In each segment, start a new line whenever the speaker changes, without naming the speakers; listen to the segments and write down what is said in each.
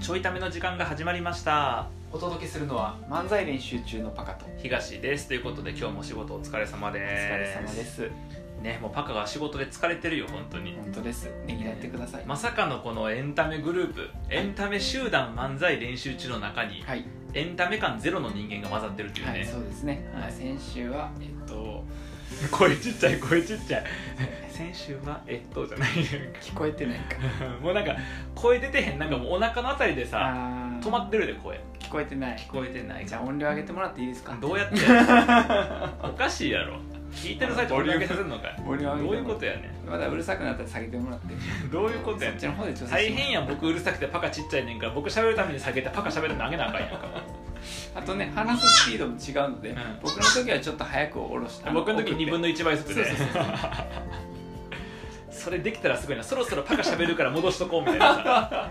ちょいための時間が始まりました
お届けするのは漫才練習中のパカとお
東ですということで今日もお仕事お疲れ様で
疲れ
す
様です
ねもうパカが仕事で疲れてるよ本当に
本当ですねぎらってください、
まさかのこのエンタメグループエンタメ集団漫才練習中の中に
はい、
エンタメ感ゼロの人間が混ざってるっていうね、
はい、そうですね、
はい
まあ先週はえっと
声ちっちゃい声ちっちゃい先週はえっとじゃない や
聞こえてないか
んかもうなんか声出てへんなんかもうお腹のあたりでさ
あー
止まってるで声
聞こえてない
聞こえてない
じゃあ音量上げてもらっていいですか
どうやってや るおかしいやろ聞いてる最中
ボ
俺
リュー
だ
ム
けさせんのかい
音量
ど
上
う
げてもらって
いうことやね
まだうるさくなったら下げてもらって
んどういうことや
そ
ね
っ
ん
ちの方で調整してもらって
大変やん僕うるさくてパカちっちゃいねんから僕喋るために下げてパカ喋るのあげなあかんやんか
あとね話すスピードも違うので、
うん
僕の時はちょっと早く下ろした
僕の時2分
の
の1倍速で
そうそうそう
それできたらすごいなそろそろパカ喋るから戻しとこうみたいなさ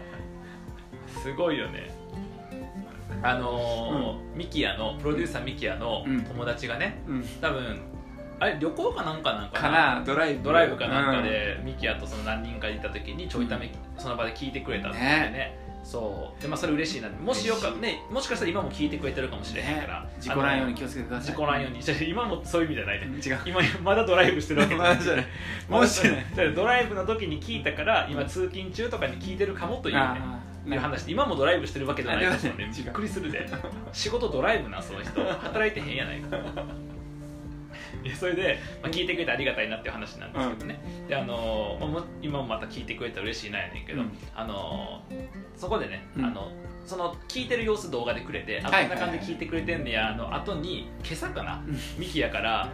すごいよねあのーミキヤのプロデューサーミキヤの
うん
友達がね
うん
多分あれ旅行かなんかなんかな
かなドライブ
ドライブかなんか、でミキヤとその何人かで行った時にちょいため、その場で聞いてくれたってねそうでまあそれ嬉しいなもしよか
嬉しい
ねもしかしたら今も聞いてくれてるかもし
うん
れへんから、
ね事故ないように
あ
気をつけてくだ
の
さい
事故ないように じゃあ今もそういう意味じゃないね
違う
今まだドライブして るわけ
まだじゃないもしね
ま だドライブの時に聞いたから今通勤中とかに聞いてるかもというね
あー
いう話で今もドライブしてるわけじゃない ですもん
あれ
ね
はね
びっくりするで仕事ドライブ なその人働いてへんやないかいやそれで、まあ、聞いてくれてありがたいなっていう話なんですけどね、であのーまあも、今もまた聞いてくれたら嬉しいなやねんけど、
うん
あのーそこでね、
うん
あのその聞いてる様子動画でくれてあ
は
こ
い
んな感じで聞いてくれてんねやあの後に今朝かな、ミキヤから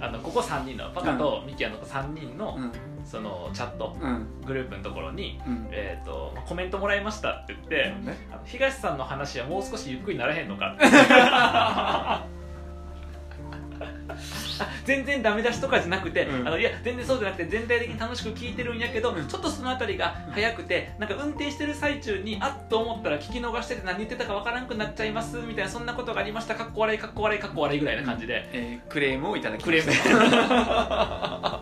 あのここ3人のパカとミキヤの3人の、
うん
そのチャット
うん
グループのところに、
うん
えーと「コメントもらいました」って言って、
ね
あの東さんの話はもう少しゆっくりならへんのか 全然ダメ出しとかじゃなくて、
うん
あのいや全然そうじゃなくて全体的に楽しく聞いてるんやけど、
うん
ちょっとその辺りが早くてなんか運転してる最中にあっと思ったら聞き逃してて何言ってたかわからんくなっちゃいますみたいなそんなことがありましたかっこ悪いかっこ悪いかっこ悪いぐらいな感じで、
えークレームをいただき
ク
ま
レ
し
ー
た
ム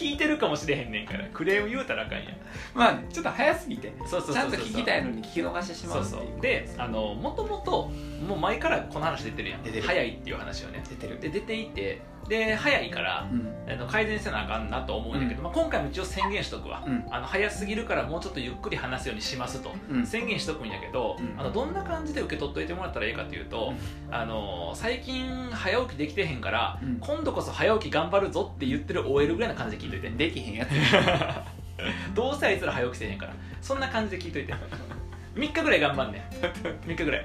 聞いてるかもしれへんねんからクレーム言うたらあかんやん
まあねちょっと早すぎて
そうそうそうそう
ちゃんと聞きたいのに聞き逃してしま
そうう
ってい
そううであのもともともう前からこの話出てるやん
出てる
早いっていう話をね
出てる
で出ていてで早いから
うん
あの改善せなあかんなと思うんだけど、
うん
まあ、今回も一応宣言しとくわ、
うん
あの早すぎるからもうちょっとゆっくり話すようにしますと
うん
宣言しとくんやけど、
うん
あのどんな感じで受け取っといてもらったらいいかというと、あの最近早起きできてへんから、
うん
今度こそ早起き頑張るぞって言ってる OL ぐらいな感じで聞いといて
できへ んやつ
どうせあいつら早起きせえへんからそんな感じで聞いと いて3日ぐらい頑張んね3日ぐらい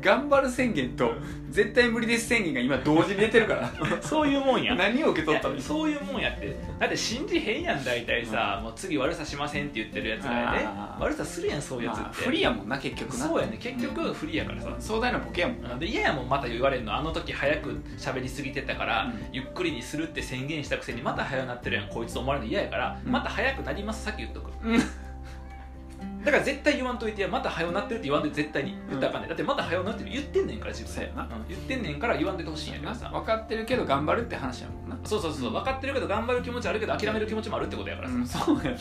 頑張る宣言と絶対無理です宣言が今同時に出てるから
そういうもんや
何を受け取ったの
いやそういうもんやってだって信じへんやん大体さ、もう次悪さしませんって言ってるやつがね
あー
悪さするやんそういうやつって、
まあ不利やもんな結局な
そうやね結局不利やからさ、
壮大なボケやもん
で嫌やもんまた言われるのあの時早く喋りすぎてたから、
うん
ゆっくりにするって宣言したくせにまた早くなってるやんこいつと思われるの嫌やから、
うん
また早くなりますさっき言っとく
うん
だから絶対言わんといてやまた早うなってるって言わんといて絶対に言ったらあかんねんだってまた早うなってる言ってんねんから自分
そうやな
うん言ってんねんから言わんといてほしいんやけどさ
分かってるけど頑張るって話やもんな
そうそうそうそう分かってるけど頑張る気持ちはあるけど諦める気持ちもあるってことやからさ、
うんそうやな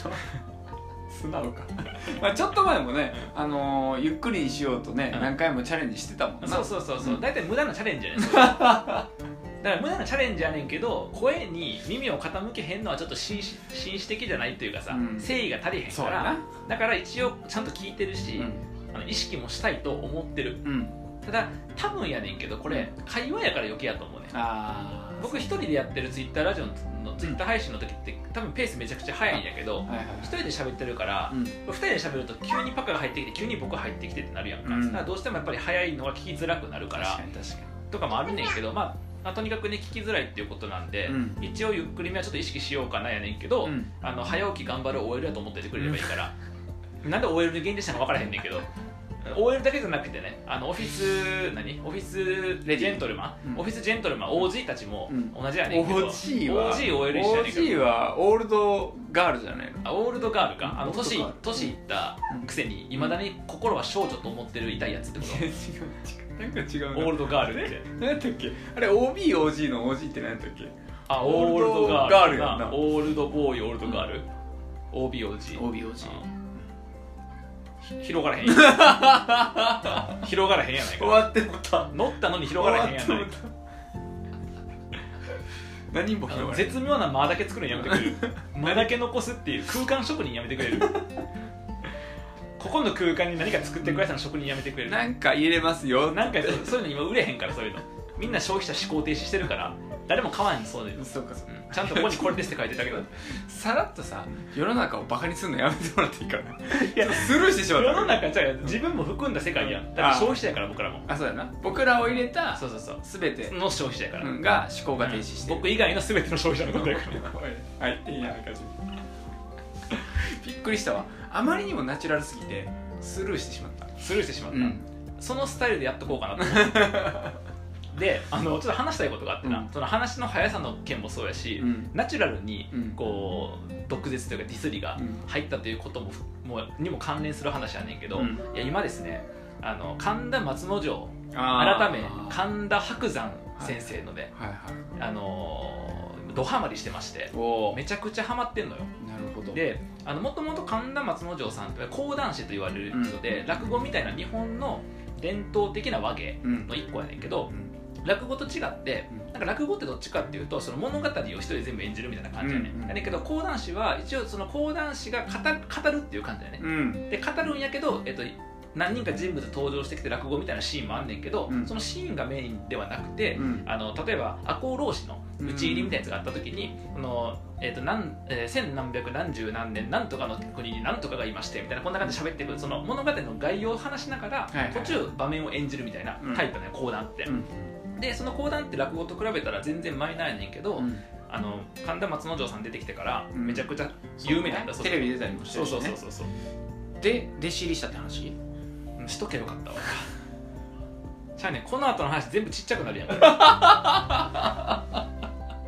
素直か まあちょっと前もね、あのーゆっくりにしようとね、
うん
何回もチャレンジしてたもんな
そうそうそうそううん大体無駄なチャレンジやねん それだから無駄なチャレンジやねんけど声に耳を傾けへんのはちょっと紳士紳士的じゃないっていうかさ、
うん
誠意が足りへん
そう
か
や
ら
な
だから一応ちゃんと聞いてる
う
し、
ん
あの意識もしたいと思ってる
うん
ただ多分やねんけどこれ会話やから余計やと思うねん
ああ
僕一人でやってるツイッターラジオのツイッター配信の時って多分ペースめちゃくちゃ早いんやけど
はいはいはい
一人で喋ってるから
うん
二人で喋ると急にパカが入ってきて急に僕入ってきてってなるやんか,、
うん
だからどうしてもやっぱり早いのは聞きづらくなるから
確かに確か
とかもあるねんけど、まあ、まあとにかくね聞きづらいっていうことなんで、
うん
一応ゆっくりめはちょっと意識しようかなやねんけど、
に、
あの早起き頑張る OL やと思っててくれればいい から、なんで OL に限定したのか分からへんねんけど OL だけじゃなくてねあのオフィス何オフィスレジェントルマン、
うん
オフィスジェントルマン OG たちも
うん
同じやねんけど、
OG
OGOL
は
一緒やねんけ
OG
ど
はオールドガールじゃないの
あオールドガールかあの
オール
年
ドガール
年いったくせにいまだに心は少女と思ってる痛いやつってこ
違う違うなんか違 う
とオールドガールって
何やったっけあれ OBOG の OG って何やったっけ
あ
オ
オー
ール
ル
ド
ド
ガ
ガ
ー
ー
ル
ル
やな
オールドボーイオールドガール、OBOG
OBOG
うん広がらへんやん広がらへんやない
終
か
わってもた
乗ったのに広がらへんやないか
終わってもうた何も
あの
広がらへん
絶妙な間だけ作るのやめてくれる 間だけ残すっていう空間職人やめてくれるここの空間に何か作ってくれたの職人やめてくれる
なんか入れますよ
なんかそうそういうの今売れへんからそういうのみんな消費者思考停止してるから誰も買わんそういうの、
そうかそう
うんちゃんとここにこれですって書いてたけど
さらっとさ世の中をバカにするのやめてもらっていいかな
いや
ちょっとスルーしてしま
世
った
の中じゃう自分も含んだ世界やんだって消費者やから僕らも
あそうだな僕らを入れた
そうそうそう
全て
の消費者やから、
うんが思考が停止してる、
僕以外の全ての消費者のことやから
はい、いいや感じ。びっくりしたわ。あまりにもナチュラルすぎてスルーしてしまった。
スルーしてしまった、そのスタイルでやっとこうかなと思っ てであのちょっと話したいことがあってな、
うん
その話の速さの件もそうやし、
うん
ナチュラルに
うん
こう毒舌というかディスりが
うん
入ったということももうにも関連する話やねんけど、
うん
いや今ですねあの神田松之丞
あー
改め神田伯山先生ので、
はいはい。
あのードハマりしてまして
おお。
めちゃくちゃハマってんのよ
なるほど。
であのもともと神田松之丞さんって講談師と言われる人で、
うん
落語みたいな日本の伝統的な和芸
うん
の。一個やねんけど
うん
落語と違って
うん
なんか落語ってどっちかっていうとその物語を一人で全部演じるみたいな感じやね、
うんうん
ん、やねんけど講談師は一応その講談師が語語るっていう感じやね、
うん。
で語るんやけど、えっと、何人か人物登場してきて落語みたいなシーンもあんねんけど、
うん
そのシーンがメインではなくて、
うん
あの例えば赤穂浪士の討ち入りみたいなやつがあった時に、このえーとなんえー千何百何十何年何とかの国に何とかがいましてみたいなこんな感じで喋ってくるその物語の概要を話しながら、
いはい
途中場面を演じるみたいなタイプの講談って、
うん
でその講談って落語と比べたら全然マイナーやねんけど、
うん
あの神田松之丞さん出てきてから
うん
めちゃくちゃ有名なんだ、そ
そう
う
ねテレビ出たりもして
そう
るし
そうそう
ね。
そうそう
で弟子入りしたって話？
うんしとけばよかったわじゃあねこの後の話全部ちっちゃくなるやん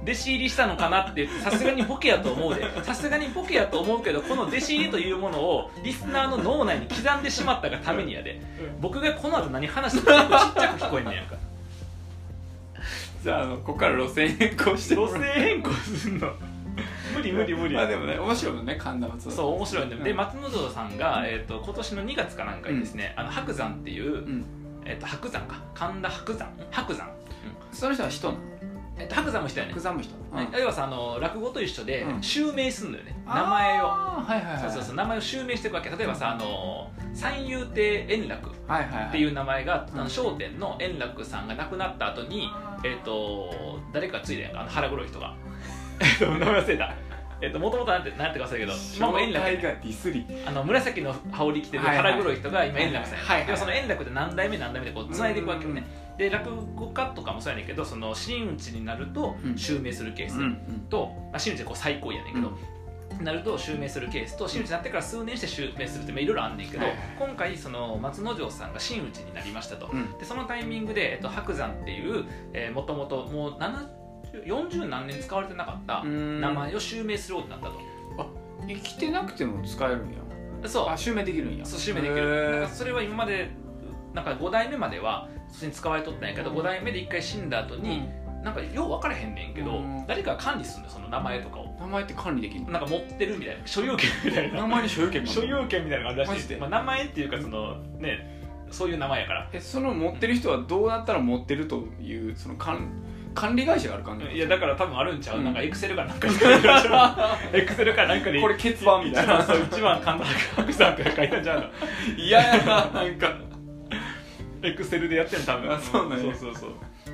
弟子入りしたのかなって言ってさすがにボケやと思うでさすがにボケやと思うけどこの弟子入りというものをリスナーの脳内に刻んでしまったがためにやで僕がこの後何話しても全部ちっちゃく聞こえんねやんか
じゃああのここから路線変更し て
路線変更す んの無理無理無理
まあでもね面白いもんね神田松
そう面白いんだよで
うん
松之丞さんが、えー、と今年の2月かなんかにですね、あの白山っていう、
うん。
えー、と白山か神田白山白山
その人は人なの？
えっと、白山も人やね
福山も人。
ね要はさあの落語と一緒で
うん
襲名すんのよね、名前を
あーはいはいはい。
そうそうそう名前を襲名していくわけ例えばさあの三遊亭円楽
はいはいは。
っていう名前が『
うん
あの笑点』の円楽さんが亡くなった後にえっ、と誰かついでやんかあの腹黒い人が えっと名前忘れたえっともともとなんてなんてか忘れたけど今も円楽やね
がディスり。
あの紫の羽織着てる
はいはい
腹黒い人が今円楽さんやね、
はいはい
でもその円楽って何代目何代目でこうつないでいくわけよねで落語家とかもそうやねんけどその真打ちになると
うん
襲名するケース、
ん。
と、まあ、真打ちでこう最高位やねんけど、なると襲名するケースと真打ちになってから数年して襲名するってまあいろいろあんねんけど、
はいはい
今回その松之丞さんが真打ちになりましたと、
うん
でそのタイミングで、えっと、白山っていう、えー、もともともう70 40何年使われてなかった
うん
名前を襲名するようになったと、
生きてなくても使えるんや
そう
あ襲名できるんや
そう襲名でき
へ
る
ー
なんかそれは今までなんか5代目までは普通に使われとったんやけど5代目で1回死んだ後に、なんかよう分からへんねんけど、
うん
誰かが管理するのよその名前とかを
名前って管理できるの
なんか持ってるみたいな所有権みたいな
名前に所有権があ
所
るの
有権みたいなのがあるらしい
マジで
まあ、名前っていうかそのねそういう名前やから
えその持ってる人はどうなったら持ってるというその管管理会社がある感じ
いやだから多分あるんちゃう、
うん
なんかエクセルかなんかに書いてある エクセルかなんかに
これ欠番みたいな
一番そう一番神田白山って書いてあるんちゃうの
いややななんか
エクセルでやってんの多分
あそうなんや
そうそうそう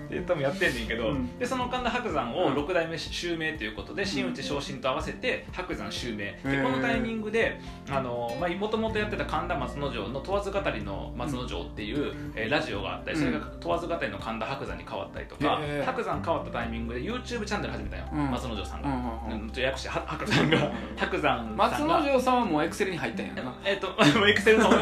で多分やってんねんけど、
うん
でその神田伯山
う
を
ん
六代目襲名ということで真打昇進と合わせて白山襲名、
へ
で
ー
このタイミングでもともとやってた神田松之丞の問わず語りの松之丞っていう、えーラジオがあったりそれが問わず語りの神田伯山に変わったりとか、
へー
白山変わったタイミングで YouTube チャンネル始めたんよ、
うん
松之丞さん
う
が、
んうん
うん、とややこしいは白山が白山
松
さんが
之丞さんはもうエクセルに入ったんやな
えっ、と、 もうエクセルの方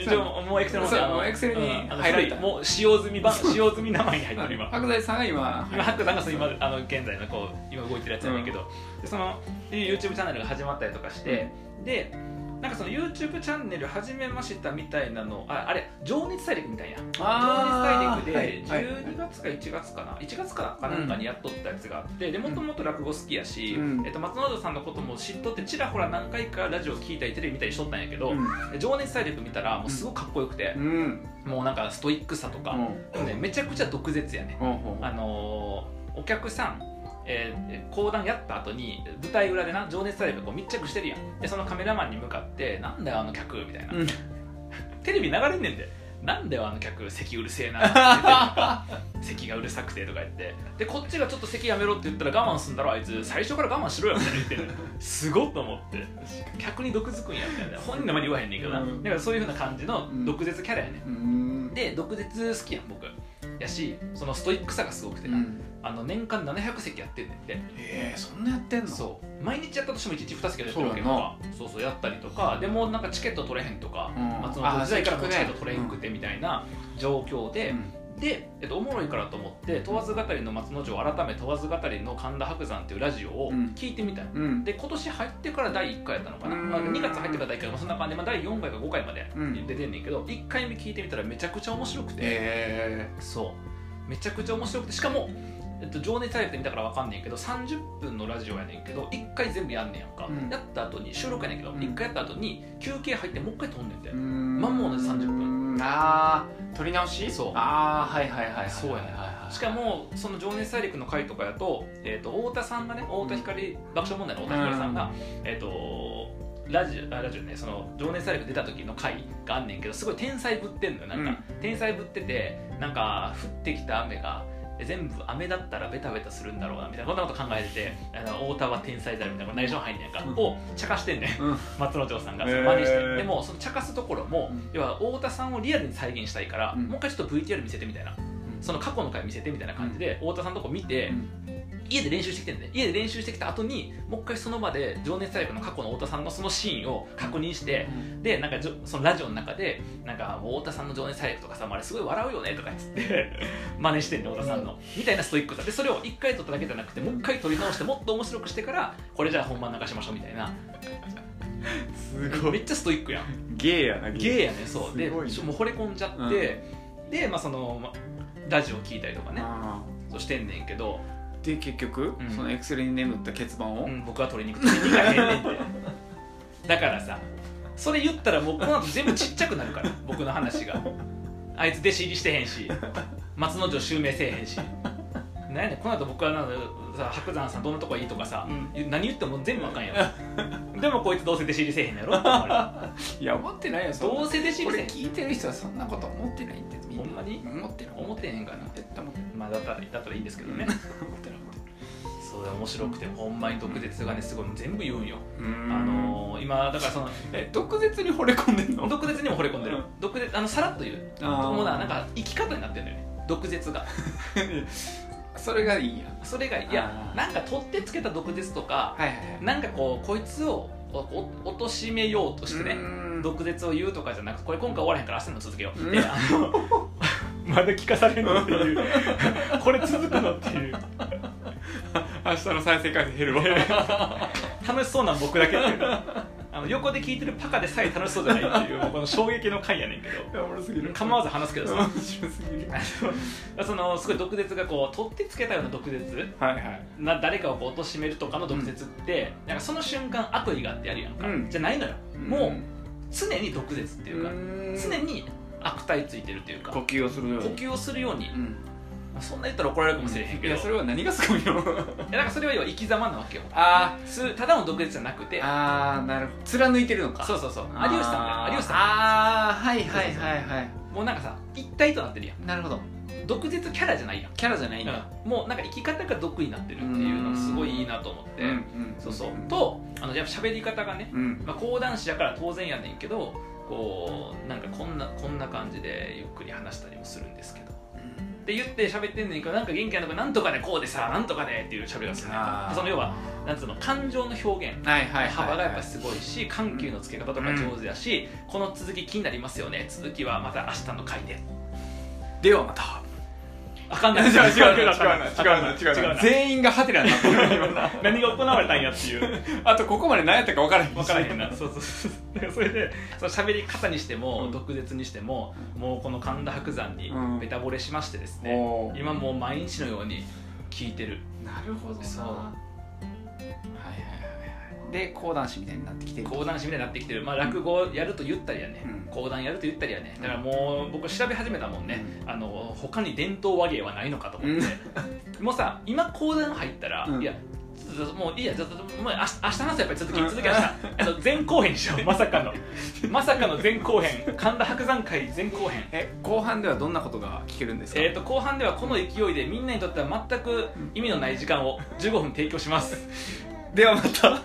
一応もうエクセルの方で
そう
あの
もう Excel に
うんあの
ハイライト
古いもう使用済み版使用済み名前に入ってる今
白大さんが今
今ハックさんがそう今あの現在のこう今動いてるやつやねんけど、でそので YouTube チャンネルが始まったりとかして、でなんかその YouTube チャンネル始めましたみたいなのああれ情熱大陸みたいな
あ
情熱
ー
大陸で
はいはい
12月か1月かな1月かななんかにやっとったやつがあってでもともと落語好きやし、
うん
えっと、松本さんのことも知っとってちらほら何回かラジオ聞いたりテレビ見たりしとったんやけど、情熱大陸見たらもうすごくかっこよくて
う、ん
もうなんかストイックさとか、でもねめちゃくちゃ毒舌やね
ほうほう
あのーお客さん、えー講談やった後に舞台裏でな情熱大陸がこう密着してるやんでそのカメラマンに向かって「なんだよあの客」みたいな、
うん
テレビ流れんねんで「なんだよあの客席うるせえな」って言ってなんか 席がうるさくて」とか言ってでこっちがちょっと席やめろって言ったら我慢すんだろあいつ最初から我慢しろよみたいな言ってんねんすごっと思って客に毒づくんやみたいな本人の前で言わへんねんけどな、
うん
だからそういうふうな感じの毒舌キャラやねん
うん
で毒舌好きやん僕やしそのストイックさがすごくて
う
な、
ん
あの年間700席やってんねんって
えーそんなやってんの
そう毎日やったとしても1日2席やって
そう
る
や
わ
な
けやんかそうそうやったりとかでもうなんかチケット取れへんとか、
うん
松本時代から
あー
も
そうう
チ
聞くね
ケット取れへんくてみたいな状況で、で、えっと、おもろいからと思って「問わず語りの松之丞」改め「問わず語りの神田伯山」っていうラジオを
うん
聞いてみたい、
うんうん
で今年入ってから第1回やったのかな、
うん
まあ、2月入ってから第1回もそんな感じで、まあ、第4回か5回まで
うん
出てんねんけど、1回目聞いてみたらめちゃくちゃ面白くて、
え
そうめちゃくちゃ面白くてしかも、えっと、情熱大陸で見たからわかんねんけど30分のラジオやねんけど1回全部やんねんやんか、
うん
やった後に収録やねんけど、
うん
一1回やった後に休憩入ってもう一回飛んでんて、
ーうん
まんま同じ30分
ああ撮り直し
そう
ああはいはいはいはい
そうやね
はいはい
しかもその「情熱大陸」の回とかやと,、えっと太田さんがね太田光、爆笑問題の太田光さんが、えっとラジオあラジオねその「情熱大陸」出た時の回があんねんけどすごい天才ぶってんのよなんか、天才ぶっててなんか降ってきた雨がえ全部雨だったらベタベタするんだろうなみたいなこんなこと考えててあの太田は天才だみたいな内緒入んねやんか、
うん
を茶化してんねん
うん
松之丞さんが
へ
そ
ー
の真似して、でもその茶化すところも、
うん
要は太田さんをリアルに再現したいから、
うん
もう一回ちょっと VTR 見せてみたいな、
ん
その過去の回見せてみたいな感じで、太田さんのとこ見て、
うん
家で練習してきてんね家で練習してきた後にもう一回その場で「情熱大陸」の過去の太田さんのそのシーンを確認して、でなんかじょそのラジオの中で「なんかもう太田さんの情熱大陸」とかさもうあれすごい笑うよねとかっつって 真似してんね太田さんの、みたいなストイックさでそれを一回撮っただけじゃなくてもう一回撮り直してもっと面白くしてからこれじゃあ本番流しましょうみたいな
す
めっちゃストイックやん
ゲーやな
ゲーやねそうです
ごいね
ちょもう惚れ込んじゃって、で、まあ、そのまラジオ聞いたりとかね
あ
そうしてんねんけど、
ーで結局
うん
そのエクセルに眠った欠番を
うん、僕は鶏肉鶏肉が減んねんてだからさそれ言ったらもうこの後全部ちっちゃくな るから僕の話があいつ弟子入りしてへんし松之丞襲名せえへんしなんやねんこの後僕はなんかさ白山さんどんなとこいいとかさ、
う
何言っても全部あかんや ろでもこいつどうせ弟子入りせえへんのやろって思われる
いや思ってない よそんな
どうせ弟子入
こ
りせ
れ
えへ
聞いてる人はそんなこと思ってないってみんな
ほんまに
思ってない
ん思ってへんかな
絶対思ってない
まあだったらだったらいいんですけどね
思ってない思ってない
そう面白くてほんまに毒舌がねすごい全部言うんよ、
うん
あのー今だからそ の
え毒舌に惚れ込んでん の
毒舌にも惚れ込んでる、
うん
毒舌あのさらっと言う
あー
もうななんか生き方になってるんだよね毒舌が
それがいいや
それがい
あー
やなんか取ってつけた毒舌とか
はいはいはい
なんかこうこいつをおお貶めようとしてね
うん
毒舌を言うとかじゃなくてこれ今回終わらへんから明日にも続けよう、
うん
であの まだ聞かされるのっていうこれ続くのっていう
明日の再生回数減る わ
楽しそうなん僕だけっていうあの横で聞いてるパカでさえ楽しそうじゃないっていうもうこの衝撃の回やねんけ ど
やばすぎる
構わず話すけどさ
面白すぎる
あのそ のすごい毒舌がこう取ってつけたような毒舌
はいはい
な誰かをこう貶めるとかの毒舌って、なんかその瞬間悪意があってやるやんか、
うん
じゃないのよ、もう常に毒舌って
て
いうか、常に悪態ついてるっていうか
呼
呼
吸をするように
吸をするように、
うん
まあそんな言ったら怒られるかもしれへんけ
い
ど、
やそれは何がすご いよ
いやなんかそれは要は生き様なわけよ
あ
すただの毒舌じゃなくて
ーあーなるほど貫いてるのか
そううそうそう有吉さんだよ有吉さん
ああーはいはいはいはい
もうなんかさ一体となってるや
なるほど
ん毒舌キャラじゃないやん
キャラじゃないんだ
うんもうなんか生き方が毒になってるっていうのがすごいいいなと思って、
ん
そうそうとあのやっぱ喋り方がね、
うん
まあ、講談師やから当然やねんけどこうなんかこんなこんな感じでゆっくり話したりもするんですけどって言って喋ってんねんけどなんか元気なのかなんとかでこうでさなんとかでっていう喋りがするね
あー
その要はなんつうの感情の表現
はいはいはいはい
幅がやっぱすごいし緩急のつけ方とか上手だし、この続き気になりますよね続きはまた明日の回で
ではまた
あかんな
違う違う違う違う
あかん
な違うな違うな
全
全員がハテナになってる今な
何が行われたんやっていう
あとここまで何やったか分からへんし
分からへんなそうそうそうだからそれでその喋り方にしても、毒舌にしてももうこの神田伯山に
うん
ベタ惚れしましてですね、
おー
今もう毎日のように聞いてる
なるほどな
そう
はいはいはいはいで講談師みたいになってきてる
講談師みたいになってきてる、まあ、落語やると言ったりやね、
うん
講談やると言ったりやねだからもう僕調べ始めたもんね、あの他に伝統和芸はないのかと思って、もうさ今講談入ったら、
うん
いやちょっともういいやちょっともうあし明日話すやっぱり続き続き明日、あの前後編にし ようまさかのまさかの前後編神田伯山会前後編
え後半ではどんなことが聞けるんですか
えー、と後半ではこの勢いでみんなにとっては全く意味のない時間を15分提供します
ではまた